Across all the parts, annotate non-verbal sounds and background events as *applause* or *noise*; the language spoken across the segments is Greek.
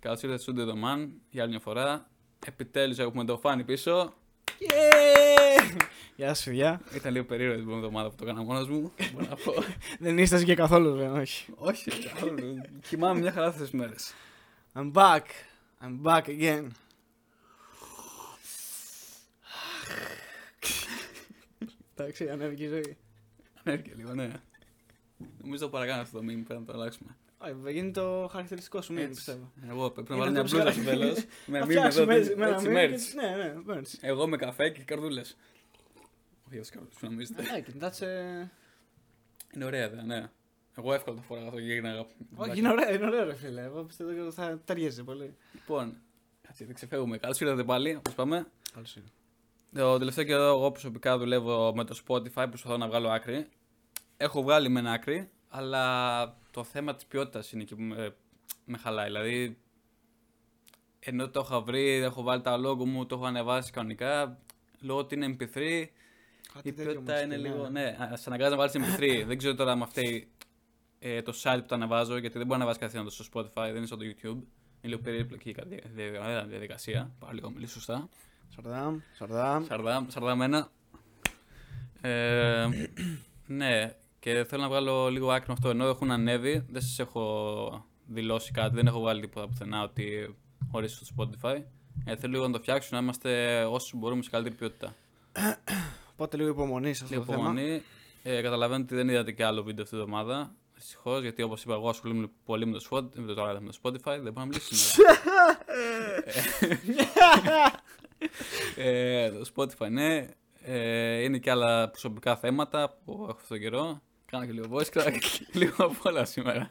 Καλώς ήρθατε στο Studio The Man για άλλη μια φορά. Επιτέλους έχουμε το φάνη πίσω. Γεια σα, παιδιά. Ήταν λίγο περίεργο την προηγούμενη εβδομάδα που το έκανα μόνος μου. Μπορώ να πω. Δεν ήσασταν και καθόλου, δεν *laughs* όχι. Όχι, καθόλου. Κοιμάμαι μια χαρά αυτές τις μέρες. I'm back. I'm back again. Εντάξει, ανέβηκε η ζωή. Ανέβηκε λίγο, ναι. Νομίζω το παρακάνω αυτό το meme, πρέπει να το αλλάξουμε. Όχι, θα γίνει το χαρακτηριστικό σου μήνυμα, Έτσι. πιστεύω. Εγώ πρέπει να Είναι βάλω το μια μπλούζα στο ψηλά. τέλος. Με Θα μήνυμα εδώ, φτιάξουμε έτσι, έτσι με ένα έτσι μήνυμα και merch. έτσι, Ναι, ναι, merch. Εγώ με καφέ και καρδούλες. Όχι, έτσι καρδούλες, νομίζετε. Ναι, και that's a- Είναι ωραία ιδέα, ναι. Εγώ εύκολα το φοράγα αυτό και έγινε αγάπη. Όχι, είναι ωραίο, είναι ωραίο, ρε φίλε. Εγώ πιστεύω ότι θα ταιριάζει πολύ. Λοιπόν, κάτσε, δεν ξεφεύγουμε. Καλώς ήρθατε πάλι, όπως πάμε. Καλώς ήρθατε. Το Ε, τελευταίο καιρό εγώ προσωπικά δουλεύω με το Spotify, προσπαθώ να βγάλω άκρη. Έχω βγάλει μεν άκρη, αλλά το θέμα της ποιότητας είναι εκεί που με, με χαλάει. Δηλαδή, ενώ το είχα βρει, έχω βάλει τα logo μου, το έχω ανεβάσει κανονικά, λόγω ότι είναι MP3, η ποιότητα είναι λίγο... Ναι, α, σε αναγκάζει να βάλεις MP3. δεν ξέρω τώρα αν φταίει ε, το site που το ανεβάζω, γιατί δεν μπορεί να ανεβάσει καθένα στο Spotify, δεν είναι στο YouTube. Είναι λίγο περίπλοκη η κατη- δια- διαδικασία. Πάω λίγο να μιλήσω σωστά. Σαρδάμ, σαρδάμ. Σαρδάμ, σαρδαμένα. Ε, ναι, και θέλω να βγάλω λίγο άκρη με αυτό. Ενώ έχουν ανέβει, δεν σας έχω δηλώσει κάτι, δεν έχω βγάλει τίποτα πουθενά ότι ορίστε στο Spotify. Ε, θέλω λίγο να το φτιάξω, να είμαστε όσοι μπορούμε σε καλύτερη ποιότητα. Οπότε λίγο υπομονή σε αυτό Λίγο το θέμα. υπομονή. Ε, καταλαβαίνω ότι δεν είδατε και άλλο βίντεο αυτή την εβδομάδα. Δυστυχώς, γιατί όπως είπα, εγώ ασχολούμαι πολύ με το, Spot- με το, με το Spotify, δεν μπορώ να μιλήσω σήμερα. *laughs* ε, το Spotify, ναι. Ε, είναι και άλλα προσωπικά θέματα που έχω αυτόν τον καιρό. Κάνω και λίγο voice crack, *laughs* λίγο απ' όλα σήμερα.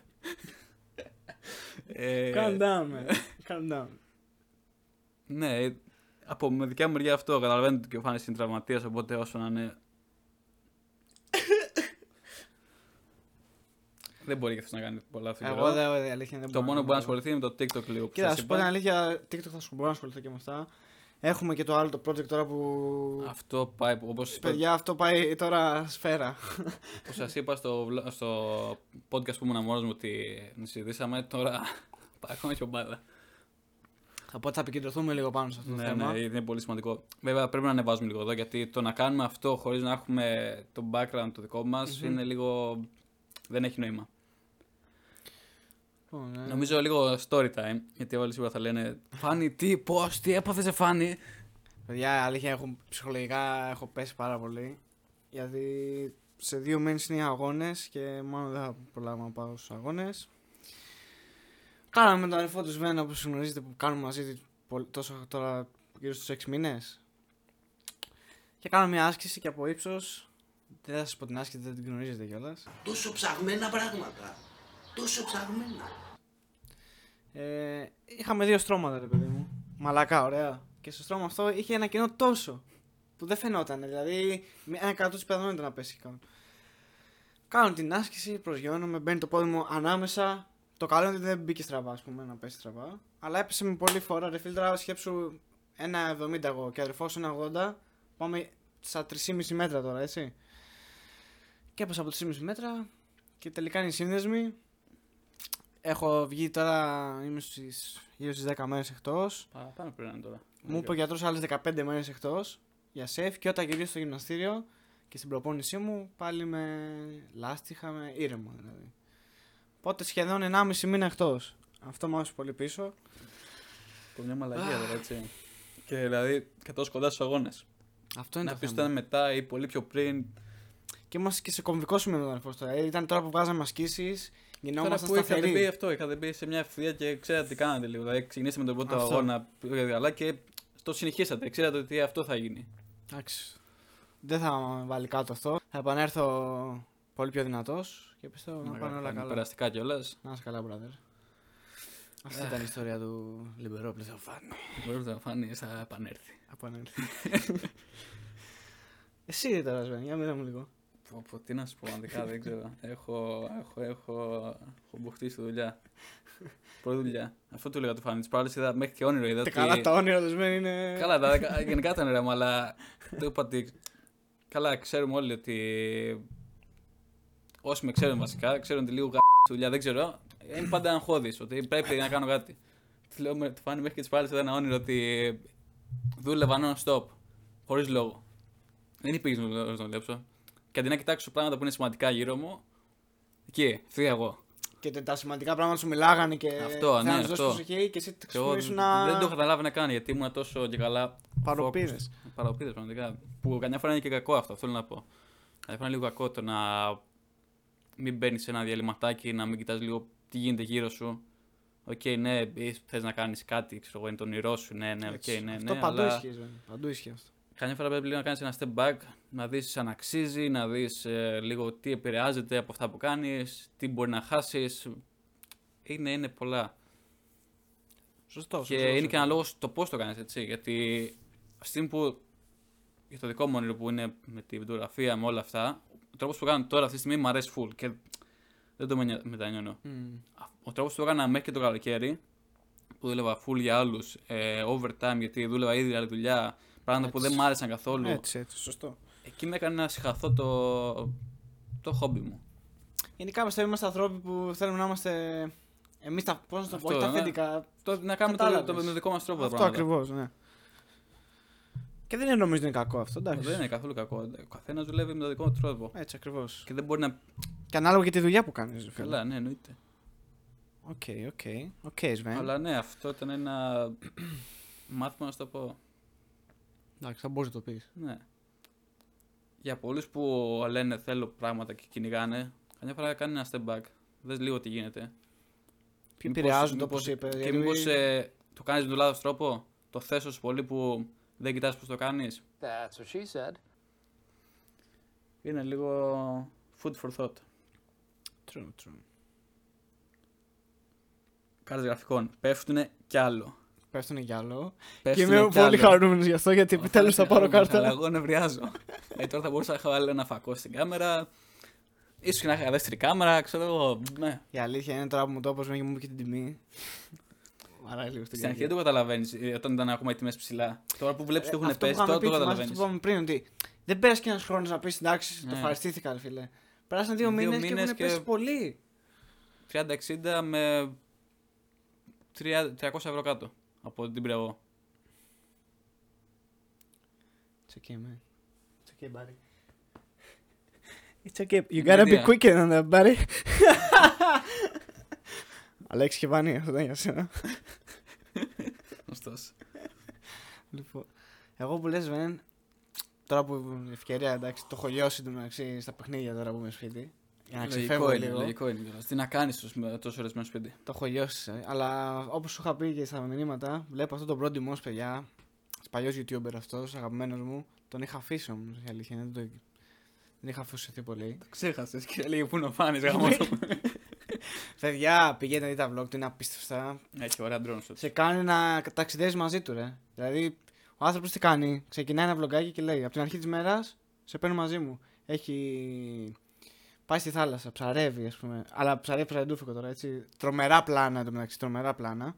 Ε, Calm down, man. Calm down. ναι, από με δικιά μου μεριά αυτό. Καταλαβαίνετε ότι και ο Φάνης είναι τραυματίας, οπότε όσο να είναι... δεν μπορεί και αυτός να κάνει πολλά αυτός Εγώ δεν, δεν- αλήθεια, δεν Το μπορώ μόνο που μπορεί μπορώ. να ασχοληθεί είναι με το TikTok λίγο που Κοίτα, σας να σου πω είπα. την αλήθεια, TikTok θα σου μπορώ να ασχοληθώ και με αυτά. Έχουμε και το άλλο το project τώρα που. Αυτό πάει, όπως, είπα- Παιδιά, αυτό πάει τώρα σφαίρα. όπως σας είπα στο, βλο- στο podcast που ήμουν μόνος μου ότι συζητήσαμε, τώρα *laughs* πάει ακόμα και ομπάδα. Οπότε θα επικεντρωθούμε λίγο πάνω σε αυτό το Ναι, θέμα. ναι, είναι πολύ σημαντικό. Βέβαια, πρέπει να ανεβάζουμε λίγο εδώ γιατί το να κάνουμε αυτό χωρίς να έχουμε το background το δικό μας είναι λίγο. δεν έχει νόημα. Λοιπόν, ε, Νομίζω λίγο story time, γιατί όλοι σίγουρα θα λένε Φάνη, τι, πώς, τι έπαθε σε Φάνη. Παιδιά, αλήθεια, έχω, ψυχολογικά έχω πέσει πάρα πολύ. Γιατί σε δύο μήνες είναι οι αγώνες και μόνο δεν θα προλάβω να πάω στους αγώνες. Κάναμε με τον αδερφό του Σβέν, όπως γνωρίζετε, που κάνουμε μαζί πο- τόσο τώρα γύρω στους 6 μήνες. Και κάναμε μια άσκηση και από ύψος. Δεν θα σας πω την άσκηση, δεν την γνωρίζετε κιόλας. τόσο ψαγμένα πράγματα. Τόσο ψαγμένα. Ε, είχαμε δύο στρώματα, ρε παιδί μου. Μαλακά, ωραία. Και στο στρώμα αυτό είχε ένα κενό τόσο που δεν φαινόταν. Δηλαδή, με ένα κρατό παιδών ήταν να πέσει καν. Κάνω την άσκηση, προσγειώνομαι, μπαίνει το πόδι μου ανάμεσα. Το καλό είναι ότι δεν μπήκε στραβά, ας πούμε, να πέσει στραβά. Αλλά έπεσε με πολύ φορά, ρε φίλτρα, σκέψου ένα 70 εγώ και αδερφός ένα 80. Πάμε στα 3,5 μέτρα τώρα, έτσι. Και έπεσα από 3,5 μέτρα και τελικά είναι οι σύνδεσμοι. Έχω βγει τώρα, είμαι στις, γύρω στις 10 μέρες εκτός. Παραπάνω πρέπει να είναι τώρα. Μου είπε ο γιατρός άλλες 15 μέρες εκτός για σεφ και όταν γυρίσω στο γυμναστήριο και στην προπόνησή μου πάλι με λάστιχα, με ήρεμο δηλαδή. Οπότε σχεδόν 1,5 μήνα εκτός. Αυτό μου άφησε πολύ πίσω. Το μια μαλαγία τώρα, έτσι. *sighs* Και δηλαδή, και τόσο κοντά στους αγώνες. Αυτό είναι Να το πεις θέμα. ότι ήταν μετά ή πολύ πιο πριν. Και είμαστε και σε κομβικό σημείο με τον αδερφό τώρα. Ε, Ήταν τώρα που βγάζαμε ασκήσεις, Τώρα γινόμασταν που είχατε μπει σταθεροί. αυτό, είχατε μπει σε μια ευθεία και ξέρατε τι κάνατε λίγο. Δηλαδή, ξεκινήσατε με τον πρώτο Αυτό. αγώνα, πήγατε καλά και το συνεχίσατε. Ξέρατε ότι αυτό θα γίνει. Εντάξει. Δεν θα με βάλει κάτω αυτό. Θα επανέλθω πολύ πιο δυνατός και πιστεύω να, πάνε όλα κάνει καλά. Περαστικά κιόλας. Να είσαι καλά, brother. Αυτή ήταν η ιστορία του Λιμπερό Πλεθοφάνη. Μπορεί να φάνει, θα επανέλθει. Από έναν ήλθε. *laughs* Εσύ τι τώρα, Σβέν, για μίλα μου λίγο. Πω, πω, τι να σου πω, αντικά δεν ξέρω. έχω, έχω, έχω, έχω μπουχτεί στη δουλειά. Πρώτη δουλειά. Αυτό του λέγα του φάνη. Τι προάλλε είδα μέχρι και όνειρο. Είδα Τα ότι... καλά τα όνειρα τους Σβέν είναι... Καλά, τα δεκα- γενικά ήταν ρε, μου, αλλά το είπα ότι. Καλά, ξέρουμε όλοι ότι. Όσοι με ξέρουν βασικά, ξέρουν ότι λίγο γα... δουλειά, δεν ξέρω. Είναι πάντα αγχώδη ότι πρέπει να κάνω κάτι. Τη λέω με τη φάνη μέχρι και τι πάλι ήταν ένα όνειρο ότι δούλευα non-stop. Χωρίς λόγο. Δεν υπήρχε να να δουλέψω. Και αντί να κοιτάξω πράγματα που είναι σημαντικά γύρω μου, εκεί, θεία εγώ. Και τα- τα σημαντικά πράγματα σου μιλάγανε και Αυτό, θέλανε ναι, να σου δώσουν αυτό. προσοχή και εσύ τα Και εγώ ξυπνήσουν να... δεν το καταλάβαινα καν γιατί ήμουν τόσο και καλά. Παροπίδες. focused. Παροπίδες, πραγματικά. Που καμιά φορά είναι και κακό αυτό, θέλω να πω. Καμιά φορά είναι λίγο κακό το να μην μπαίνεις σε ένα διαλυματάκι, να μην κοιτάς λίγο τι γίνεται γύρω σου. Οκ, ναι, θες να κάνεις κάτι, ξέρω εγώ, είναι το όνειρό σου, ναι, ναι, οκ, ναι, ναι. αυτό παντού αλλά ισχύει, βέβαια. Παντού ισχύει αυτό. Καμιά φορά πρέπει λίγο να κάνεις ένα step back, να δεις αν αξίζει, να δεις λίγο τι επηρεάζεται από αυτά που κάνεις, τι μπορεί να χάσεις. Είναι, είναι πολλά. Σωστό. Και είναι και ένα λόγο το πώς το κάνεις έτσι. Γιατί αυτή στιγμή που. Για το δικό μου όνειρο που είναι με τη βιντεογραφία, με όλα αυτά, ο τρόπος που κάνω τώρα αυτή τη στιγμή μου αρέσει full και δεν το μετανιώ- μετανιώνω. Α- Ο τρόπος που το έκανα μέχρι και το καλοκαίρι, που δούλευα full για άλλους, ε, overtime γιατί δούλευα ήδη άλλη δουλειά, πράγματα που δεν μου άρεσαν καθόλου. Έτσι, έτσι, σωστό. Εκεί με έκανε να συγχαθώ το, το χόμπι μου. Γενικά πιστεύω είμαστε ανθρώποι που θέλουμε να είμαστε. Εμείς τα. Πώς να το πω, Αυτό, όχι τα ναι. αφεντικά. Το, να κάνουμε το, Κατάλαβες. το, με τον δικό μας τρόπο τα Αυτό πράγματα. ακριβώς, ναι. Και δεν είναι νομίζω ότι είναι κακό αυτό, εντάξει. Δεν είναι καθόλου κακό. Ο καθένας δουλεύει με τον δικό του τρόπο. Έτσι ακριβώς. Και δεν μπορεί να Και ανάλογα και τη δουλειά που κάνεις. Καλά, ναι, εννοείται. Οκ, οκ. Οκ, Σβέν. Αλλά ναι, αυτό ήταν ένα *clears throat* μάθημα να σου το πω. Εντάξει, θα μπορείς να το πεις. Ναι. Για πολλούς που λένε θέλω πράγματα και κυνηγάνε, καμιά φορά κάνει ένα step back. Δες λίγο τι γίνεται. Ποιοι Μήπως- επηρεάζονται όπω μήπως- ε, είπε. Και μήπω το κάνεις με τον λάθος τρόπο, το θέσω πολύ που δεν κοιτάς πώς το κάνεις. That's what she said. Είναι λίγο food for thought. True, true. Κάρτες γραφικών. Πέφτουν κι άλλο. Πέφτουνε για άλλο. Και Πέφτουνε είμαι κι πολύ άλλο. χαρούμενος γι' αυτό γιατί επιτέλου θα πάρω Αλλά κάρτα. εγώ νευριάζω. ε, τώρα θα μπορούσα να έχω άλλο ένα φακό στην κάμερα. Ίσως και να είχα δεύτερη κάμερα, ξέρω εγώ. Ναι. Η αλήθεια είναι τώρα που μου το έπωσε και μου είπε και την τιμή. Άρα λίγο στην Στην αρχή καρδιά. δεν το καταλαβαίνεις όταν ήταν ακόμα οι τιμές ψηλά. Τώρα που βλέπεις ότι Ε, έχουν αυτό που πέσει, είχαμε τώρα το πει, θυμάσαι Αυτό που καταλαβαίνει. είπαμε πριν, ότι δεν πέρασε και ένας χρόνος να πει εντάξει, το Ναι. ευχαριστήθηκα, ρε φίλε. Πέρασαν δύο, Δύο μήνες και μήνες έχουν και- πέσει πολύ. 30-60 με 300 ευρώ κάτω από ό,τι την πήρα εγώ. It's okay, man. It's okay, buddy. It's okay. You gotta be Μηδία. quicker than that, buddy. Αλέξη και Βανή, αυτό ήταν για σένα. Ωστόσο. Λοιπόν, εγώ που λες, Βεν, τώρα που η ευκαιρία, εντάξει, το έχω λιώσει το μεταξύ στα παιχνίδια τώρα που είμαι σπίτι. Για να ξεφεύγω Λογικό είναι, λίγο. λογικό είναι. κιόλας. Τι να κάνει τόσο ωραίο σπίτι. Το έχω λιώσει. ε. Αλλά όπως σου είχα πει και στα μηνύματα, βλέπω αυτόν τον πρώτο Moss, παιδιά. Παλιός YouTuber αυτός, αγαπημένος μου. Τον είχα αφήσει όμως, η αλήθεια είναι. Δεν, το... δεν είχα αφήσει πολύ. Ξέχασες και έλεγε πού να φάνη γάμο. *laughs* γαμώτο παιδιά, πηγαίνετε να δείτε τα vlog του, είναι απίστευτα. Έχει ωραία drone shots. Σε κάνει να ταξιδεύει μαζί του, ρε. Δηλαδή, ο άνθρωπος τι κάνει. Ξεκινάει ένα βλογκάκι και λέει: Από την αρχή της μέρας σε παίρνω μαζί μου. Έχει. Πάει στη θάλασσα, ψαρεύει, ας πούμε. Αλλά ψαρεύει ψαρεντούφικο τώρα, έτσι. Τρομερά πλάνα εντωμεταξύ, τρομερά πλάνα.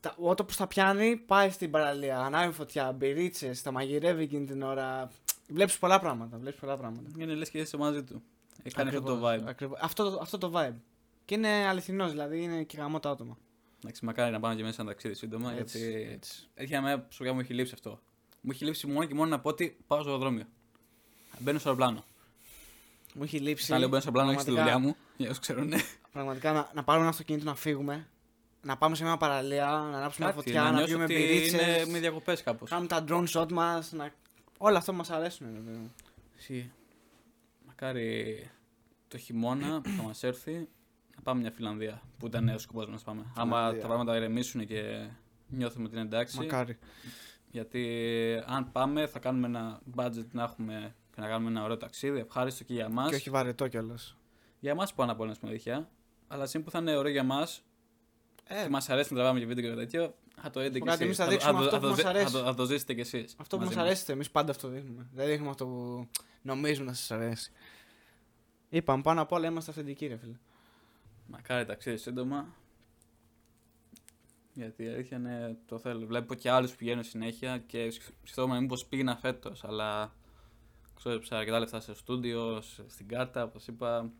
Τα, όταν που τα πιάνει, πάει στην παραλία, ανάβει φωτιά, μπυρίτσε, τα μαγειρεύει εκείνη την ώρα. Βλέπεις πολλά πράγματα. Βλέπεις πολλά πράγματα. Είναι λες και είσαι μαζί του. Έχει κάνει αυτό το Ακριβώς, vibe. ακριβώς. Αυτό, αυτό το vibe. Και είναι αληθινός, δηλαδή είναι και γαμό τα άτομα. Εντάξει, μακάρι να πάμε και μέσα σε ένα ταξίδι σύντομα. Έτσι, γιατί Έχει ένα μέρα που σιγά μου έχει λείψει αυτό. Μου έχει λείψει μόνο και μόνο να πω ότι πάω στο αεροδρόμιο. Μπαίνω στο αεροπλάνο. Μου έχει λείψει. Σαν λέω μπαίνω στο αεροπλάνο, έχεις τη πραγματικά- δουλειά μου. Για όσους ξέρουν, ναι. Πραγματικά να, να πάρουμε ένα αυτοκίνητο να φύγουμε. Να πάμε σε μια παραλία, να ανάψουμε μια φωτιά, να, νιώσω πιούμε ότι μπυρίτσες, Είναι με διακοπές κάπως. Κάνουμε τα drone shot μας. Να... Όλα αυτά μας αρέσουν. ρε παιδί μου. Μακάρι το χειμώνα που θα μας έρθει να πάμε μια Φιλανδία που ήταν ο σκοπός μας να πάμε. Άμα Φιλανδία. τα πράγματα ηρεμήσουν και νιώθουμε ότι είναι εντάξει. Μακάρι. Γιατί αν πάμε, θα κάνουμε ένα budget να έχουμε και να κάνουμε ένα ωραίο ταξίδι, ευχάριστο και για μας. Και όχι βαρετό κιόλας. Για εμά πάνω απ' όλα στην αλήθεια. Αλλά σύν που θα είναι ωραίο για μας Ε, Λοιπόν, και μας αρέσει να τραβάμε και βίντεο και τέτοιο, θα το δείτε κι Κάτι εσεί. εμείς θα δείξουμε αυτό που μας αρέσει. Θα το ζήσετε κι εσείς. αυτό που μα αρέσει, εμείς πάντα αυτό δείχνουμε. Δεν δείχνουμε αυτό που νομίζουμε να σας αρέσει. Είπαμε πάνω απ' όλα είμαστε αυθεντικοί, ρε φίλε. Μακάρι ταξίδι σύντομα. Γιατί η αλήθεια είναι το θέλω. Βλέπω και άλλους που πηγαίνουν συνέχεια και σκεφτόμουν μήπω πήγαινα φέτο. Αλλά ξόδεψα αρκετά λεφτά σε στούντιο, σε- στην κάρτα, όπως είπα.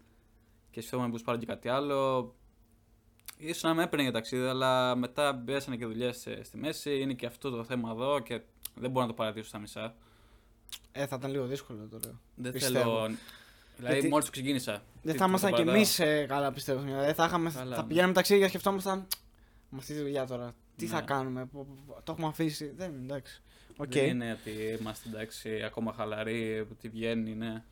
Και σκεφτόμουν μήπω πάρω και κάτι άλλο. Ίσως να με έπαιρνε για ταξίδι, αλλά μετά μπέσανε και δουλειές στη μέση. Είναι και αυτό το θέμα εδώ και δεν μπορώ να το παρατήσω στα μισά. Ε, θα ήταν λίγο δύσκολο τώρα. Δεν Πιστεύω. θέλω. Δηλαδή, Γιατί- μόλις ξεκίνησα. Δεν Τι- θα το ήμασταν κι παρατάω. εμείς ε, καλά, πιστεύω. Δηλαδή, θα, είχαμε, Καλά, θα ναι. πηγαίναμε ταξίδια και σκεφτόμασταν. Με αυτή τη δουλειά τώρα. Τι θα Ναι. κάνουμε, πο- πο- το έχουμε αφήσει. Δεν εντάξει. Οκ. Δεν είναι ότι είμαστε εντάξει, ακόμα χαλαροί, ότι βγαίνει, ναι.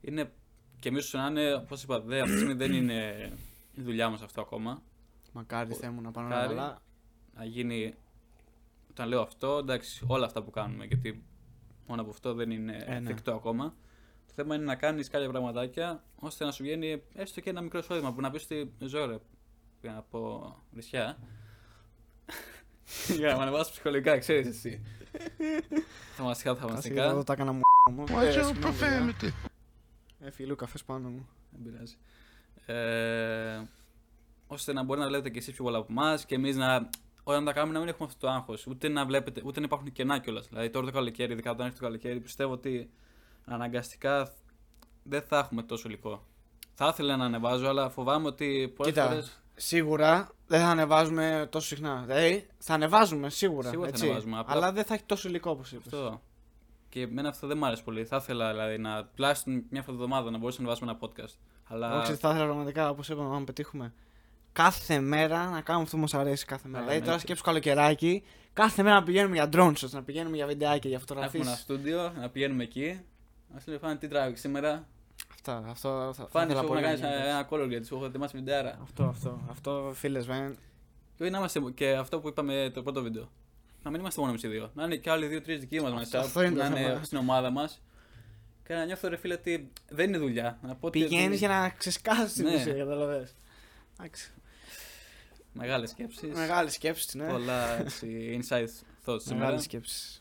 Είναι. και εμείς να είναι, όπως είπα, δε, αυτή τη στιγμή δεν είναι η δουλειά μας αυτό ακόμα. Μακάρι θέλω να πάνε όλα Μακάρι. καλά. Να γίνει. Όταν λέω αυτό, εντάξει, όλα αυτά που κάνουμε, γιατί μόνο από αυτό δεν είναι Ε, ναι. εφικτό ακόμα. Το θέμα είναι να κάνεις κάποια πραγματάκια ώστε να σου βγαίνει έστω και ένα μικρό εισόδημα που να πεις ότι ζω ρε. Για να πω *laughs* ρησιά. για να με ανεβάσει ψυχολογικά, ξέρεις *laughs* εσύ. θαυμαστικά, Κάτσε γιατί θαυμαστικά. εδώ τα έκανα μου. Why Ε, so συγγνώμη, παιδιά. profanity? Ε, φιλού, καφές πάνω μου. Δεν πειράζει. Ε, ώστε να μπορεί να βλέπετε και εσείς πιο πολλά από εμάς και εμείς να. Όταν τα κάνουμε να μην έχουμε αυτό το άγχος. Ούτε να βλέπετε, ούτε να υπάρχουν κενά κιόλας. Δηλαδή τώρα το καλοκαίρι, ειδικά όταν έρθει το καλοκαίρι, πιστεύω ότι αναγκαστικά δεν θα έχουμε τόσο υλικό. Θα ήθελα να ανεβάζω, αλλά φοβάμαι ότι πολλές Κοίτα, φορές. Σίγουρα δεν θα ανεβάζουμε τόσο συχνά. Δηλαδή, θα ανεβάζουμε σίγουρα. Σίγουρα θα έτσι. ανεβάζουμε, απλά- Αλλά δεν θα έχει τόσο υλικό όπως είπες. Αυτό. Και εμένα αυτό δεν μου άρεσε πολύ. Θα ήθελα δηλαδή να τουλάχιστον μια φορά την εβδομάδα να μπορούσαμε να βάζουμε ένα podcast. Αλλά Όχι, θα ήθελα πραγματικά, όπως είπαμε, να πετύχουμε κάθε μέρα να κάνουμε αυτό που μας αρέσει κάθε μέρα. Ναι, δηλαδή, ναι, τώρα και- σκέψου καλοκαιράκι, κάθε μέρα να πηγαίνουμε για drone shots, να πηγαίνουμε για βιντεάκια, για να έχουμε φωτογραφίε. ένα στούντιο, να πηγαίνουμε εκεί. Ας πούμε, φάνε τι τράβηξε σήμερα. Αυτά, αυτό θα, θα Φάνη ήθελα σου να ε, πολύ κάνει να γίνει. ένα κόλλο γιατί σου έχω ετοιμάσει βιντεάρα. Αυτό, αυτό, αυτό, φίλες, βέν. Και, να είμαστε, και αυτό που είπαμε το πρώτο βίντεο. Να μην είμαστε μόνο εμεί οι δύο. Να είναι και άλλοι δύο-τρει δικοί μας μέσα αυτό που είναι να το είναι θέμα. στην ομάδα μας. Και να νιώθω ρε φίλε ότι δεν είναι δουλειά. Να πω ότι Πηγαίνει για να ξεσκάσεις την Ναι. ουσία, καταλαβέ. Μεγάλες σκέψεις. Μεγάλη σκέψη, ναι. Πολλά έτσι, inside thoughts σήμερα. Μεγάλη σκέψη.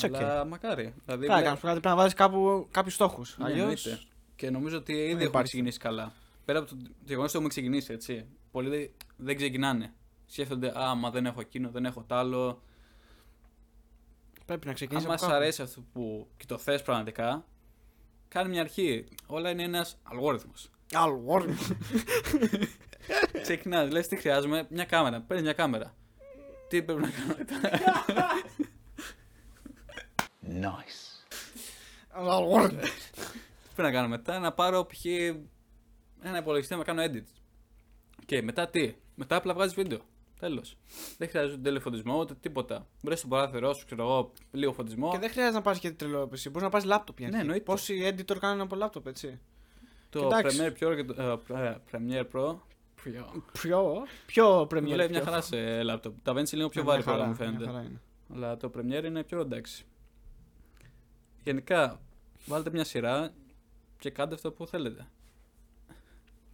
It's okay. Αλλά μακάρι. Δηλαδή, Καλά, βλέ- κάνεις κάτι, πρέπει να βάζεις κάπου κάποιους στόχους. Ναι, εννοείται. Και νομίζω ότι ήδη έχουμε υπάρχει. ξεκινήσει καλά. Πέρα από το γεγονός ότι έχουμε ξεκινήσει, έτσι. Πολλοί δεν- δεν ξεκινάνε. Σκέφτονται, Α, μα δεν έχω εκείνο, δεν έχω τ' άλλο. πρέπει να Αν ξεκινήσει. μα αρέσει αυτό που και το θες πραγματικά, κάνει μια αρχή. Όλα είναι ένας αλγόριθμος. Άλλο word. Ξεκινάς, λες τι χρειάζομαι, μια κάμερα. Παίρνεις μια κάμερα. Τι πρέπει να κάνω μετά. *laughs* Άλλο word. Ναι. Τι πρέπει να κάνω μετά, να πάρω π.χ. ένα υπολογιστή να κάνω edit. Και μετά τι, μετά απλά βγάζεις βίντεο. Τέλος. Δεν χρειάζεται ούτε τηλεφωτισμό ούτε τίποτα. Μπρε στο παράθυρό σου, ξέρω εγώ, λίγο φωτισμό. Και δεν χρειάζεται να πάρει και τρελό PC. Μπορείς να πάρει λάπτοπ για Ναι, εννοείται. Πόσοι editor κάνουν από λάπτοπ, έτσι. Το Κοιτάξτε. Premiere Pro και το. ε, pre- Premiere Pro. Ποιο, ποιο Premiere Premiere. Ε, Λέει μια χαρά σε λάπτοπ. Τα Vinci είναι λίγο πιο Ναι, βάρη μου φαίνεται. φαίνεται. Αλλά το Premiere είναι πιο εντάξει. Γενικά, βάλτε μια σειρά και κάντε αυτό που θέλετε.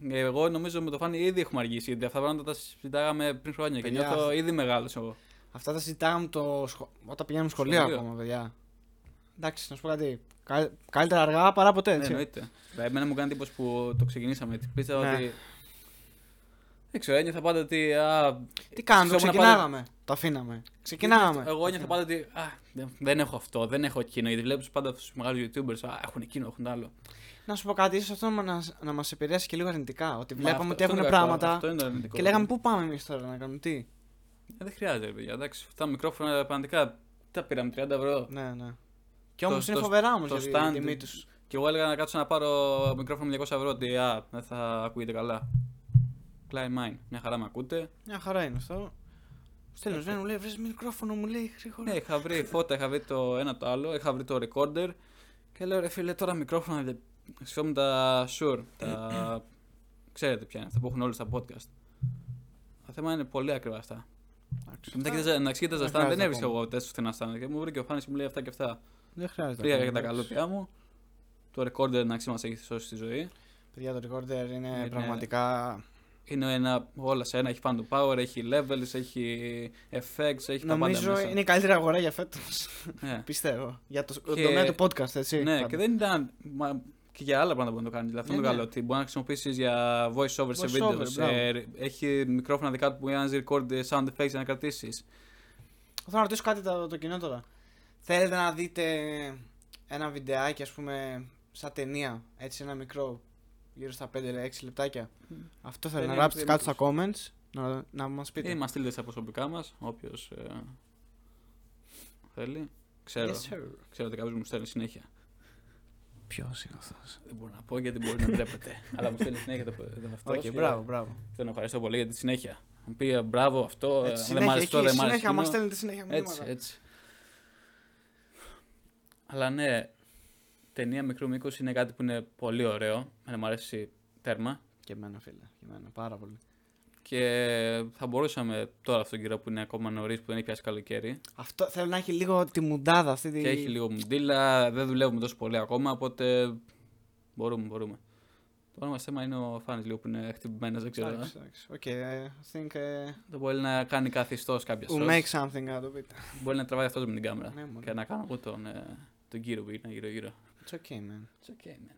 Ε, Εγώ νομίζω με το φάνη ήδη έχουμε αργήσει γιατί αυτά τα πράγματα τα συζητάγαμε πριν χρόνια και Παιδιά, νιώθω ήδη μεγάλος εγώ. Αυτά τα συζητάγαμε το σχο- όταν πηγαίνουμε σχολείο Σχολείο. ακόμα, παιδιά. Εντάξει, να σου πω κάτι. Κα- Καλύτερα αργά παρά ποτέ, Ναι, έτσι. εννοείται. Δηλαδή, εμένα μου κάνει εντύπωση που το ξεκινήσαμε. έτσι. Πίστευα Ναι. ότι. Δεν ξέρω, ένιωθα πάντα ότι. Α, Τι κάνουμε, Ψάχνω να ξεκινάγαμε. Το αφήναμε. Ξεκινάγαμε. Εγώ ένιωθα πάντα ότι. Α, δεν- δεν έχω αυτό, δεν έχω εκείνο. Γιατί βλέπεις πάντα αυτού τους μεγάλους YouTubers. Α, έχουν εκείνο, έχουν άλλο. Να σου πω κάτι, ίσως αυτό να, μας- να μας επηρέασε και λίγο αρνητικά. Ότι Μα βλέπαμε αυτό- ότι αυτό έχουν είναι κακό, πράγματα. αυτό είναι το αρνητικό. Και λέγαμε πού πάμε εμείς τώρα να κάνουμε τι. Ε, δεν χρειάζεται, ρε παιδιά. Εντάξει, αυτά τα μικρόφωνα πραγματικά τα πήραμε 30 ευρώ. Ναι, ναι. Και Το- όμως είναι το- φοβερά όμως το η stand- τιμή τους. Και εγώ έλεγα να κάτσω να πάρω μικρόφωνο με 200 ευρώ ότι α, δεν θα ακούγεται καλά. Klein mine. Μια χαρά με ακούτε. Μια χαρά είναι αυτό. Στέλνω Σβέν, μου λέει βρες μικρόφωνο, μου λέει γρήγορα. Ναι, είχα *laughs* βρει φώτα, είχα βρει το ένα το άλλο, είχα βρει το recorder. Και λέω ρε φίλε, τώρα μικρόφωνα. δε- Σηκώνουν τα sure. *clears throat* Τα... Ξέρετε ποια είναι αυτά που έχουν όλοι στα podcast. Το θέμα είναι πολύ ακριβά αυτά. Εντάξει, Μετά αυτά κοίταζα- να ξύταζα δεν stand, δεν χρειάζεται έβρισκα ακόμα. εγώ τέσσερα φθηνά stand. Και μου βρήκε ο Φάνη και μου λέει αυτά και αυτά. Δεν χρειάζεται. Πήγα ακόμα, για τα εντάξει. καλούπια μου. Το recorder να μας έχει σώσεις τη ζωή. Παιδιά, το recorder είναι Είναι- πραγματικά. Είναι ένα, όλα σε ένα. Έχει fan power, έχει levels, έχει effects, έχει τα πάντα Νομίζω μέσα. είναι η καλύτερη αγορά για φέτος. Ναι, *laughs* Πιστεύω. Για το Και- το τομέα του podcast, έτσι. ναι πάντα. και δεν ήταν. Μα, και για άλλα πράγματα μπορεί να το κάνει. Δηλαδή, αυτό Ναι, είναι το ναι. καλό. Ότι μπορεί να χρησιμοποιήσεις για voice over σε Voice βίντεο. over, σε- μπράβο. έχει μικρόφωνα δικά του που κάνει record sound effects για να κρατήσει. Θέλω να ρωτήσω κάτι το, το κοινό τώρα. Θέλετε να δείτε ένα βιντεάκι, ας πούμε, σαν ταινία, έτσι ένα μικρό γύρω στα 5-6 λεπτάκια. Αυτό θέλω να είναι γράψετε κάτω στα μικρός. comments, να, να μας Ή πείτε. μας στείλετε Ε, στα προσωπικά μας, όποιος ε, θέλει. Ξέρω, ξέρω ότι κάποιος μου στέλνει συνέχεια. Ποιος είναι αυτός. Δεν μπορώ να πω γιατί μπορεί να *laughs* ντρέπεται. αλλά μου στέλνει συνέχεια το, το αυτό. Οκ, μπράβο, μπράβο. Τον ευχαριστώ πολύ για τη συνέχεια. Μου πει μπράβο αυτό, Έτσι, ε, δεν μ' άρεσε αυτό, συνέχεια, εκεί, δεν μ' άρεσε συνέχεια, μα εκείνο». στέλνετε συνέχεια Έτσι, μηνύματα. έτσι. Αλλά ναι, ταινία μικρού μήκους είναι κάτι που είναι πολύ ωραίο. Εμένα μου αρέσει τέρμα. Και εμένα, φίλε. Και εμένα, πάρα πολύ. Και θα μπορούσαμε τώρα αυτόν τον καιρό που είναι ακόμα νωρίς, που δεν έχει πιάσει καλοκαίρι. Αυτό θέλω να έχει λίγο τη μουντάδα αυτή. τη- Και έχει λίγο μουντίλα, δεν δουλεύουμε τόσο πολύ ακόμα, οπότε μπορούμε, μπορούμε. Το όνομα θέμα είναι ο Φάνης λίγο που είναι χτυπημένος, δεν ξέρω. ε. Εντάξει, εντάξει. Οκ, I think. ε, Δεν μπορεί να κάνει κάθε ιστός κάποια We make something out of it. Μπορεί να τραβάει αυτός με την κάμερα. Ναι, μόνο. και να κάνω εγώ τον, ε, τον κύριο που είναι γύρω-γύρω. It's okay, man. It's okay, man.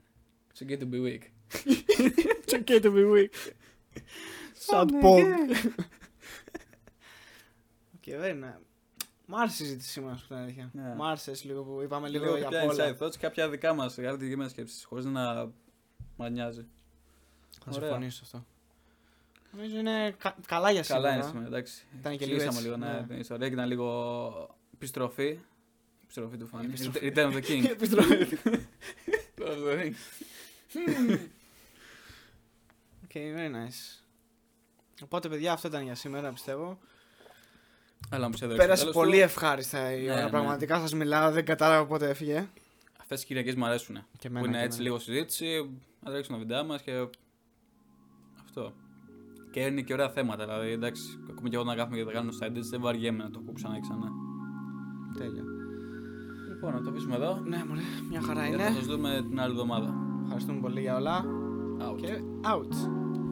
It's okay to be weak. It's okay to be weak. Oh Sad pog. *laughs* Οκ, δεν είναι. Μ' άρεσε η συζήτηση σήμερα, που την αλήθεια. Ναι. Μ' άρεσες λίγο που είπαμε λίγο, Λίγο για κάποια απ' όλα. inside thoughts, κάποια δικά μας, κάποια δική μας σκέψεις, χωρίς να μας νοιάζει. Θα Ωραία. συμφωνήσω σε αυτό. Νομίζω είναι κα- καλά για σήμερα. Καλά είναι σήμερα, εντάξει. Ε, Ήταν και λίγο Ξυλίσαμε έτσι, λίγο ναι, ναι. την ιστορία και ήταν λίγο επιστροφή. Επιστροφή του φάνη. Επιστροφή. Ήταν το King. *laughs* Επιστροφή. Return of the King. Okay, very nice. Οπότε, παιδιά, αυτό ήταν για σήμερα, πιστεύω. Αλλά μου σε έδωσε. Πέρασε Τέλος πολύ του, ευχάριστα η Ναι, ώρα. ναι. Πραγματικά σας μιλάω, δεν κατάλαβα πότε έφυγε. Αυτές οι Κυριακές μου αρέσουν. Και Που είναι έτσι εμένα. λίγο συζήτηση, να τρέξουν τα βιντεά μας και. Αυτό. Και είναι και ωραία θέματα. Δηλαδή, εντάξει, ακόμη και εγώ να κάθομαι και τα κάνω στα edits, δεν βαριέμαι να το ακούω ξανά και ξανά. Τέλεια. Λοιπόν, να το αφήσουμε εδώ. Ναι, μωρέ, μια χαρά Και θα είναι. σας δούμε την άλλη εβδομάδα. Ευχαριστούμε πολύ για όλα. Out. Και out.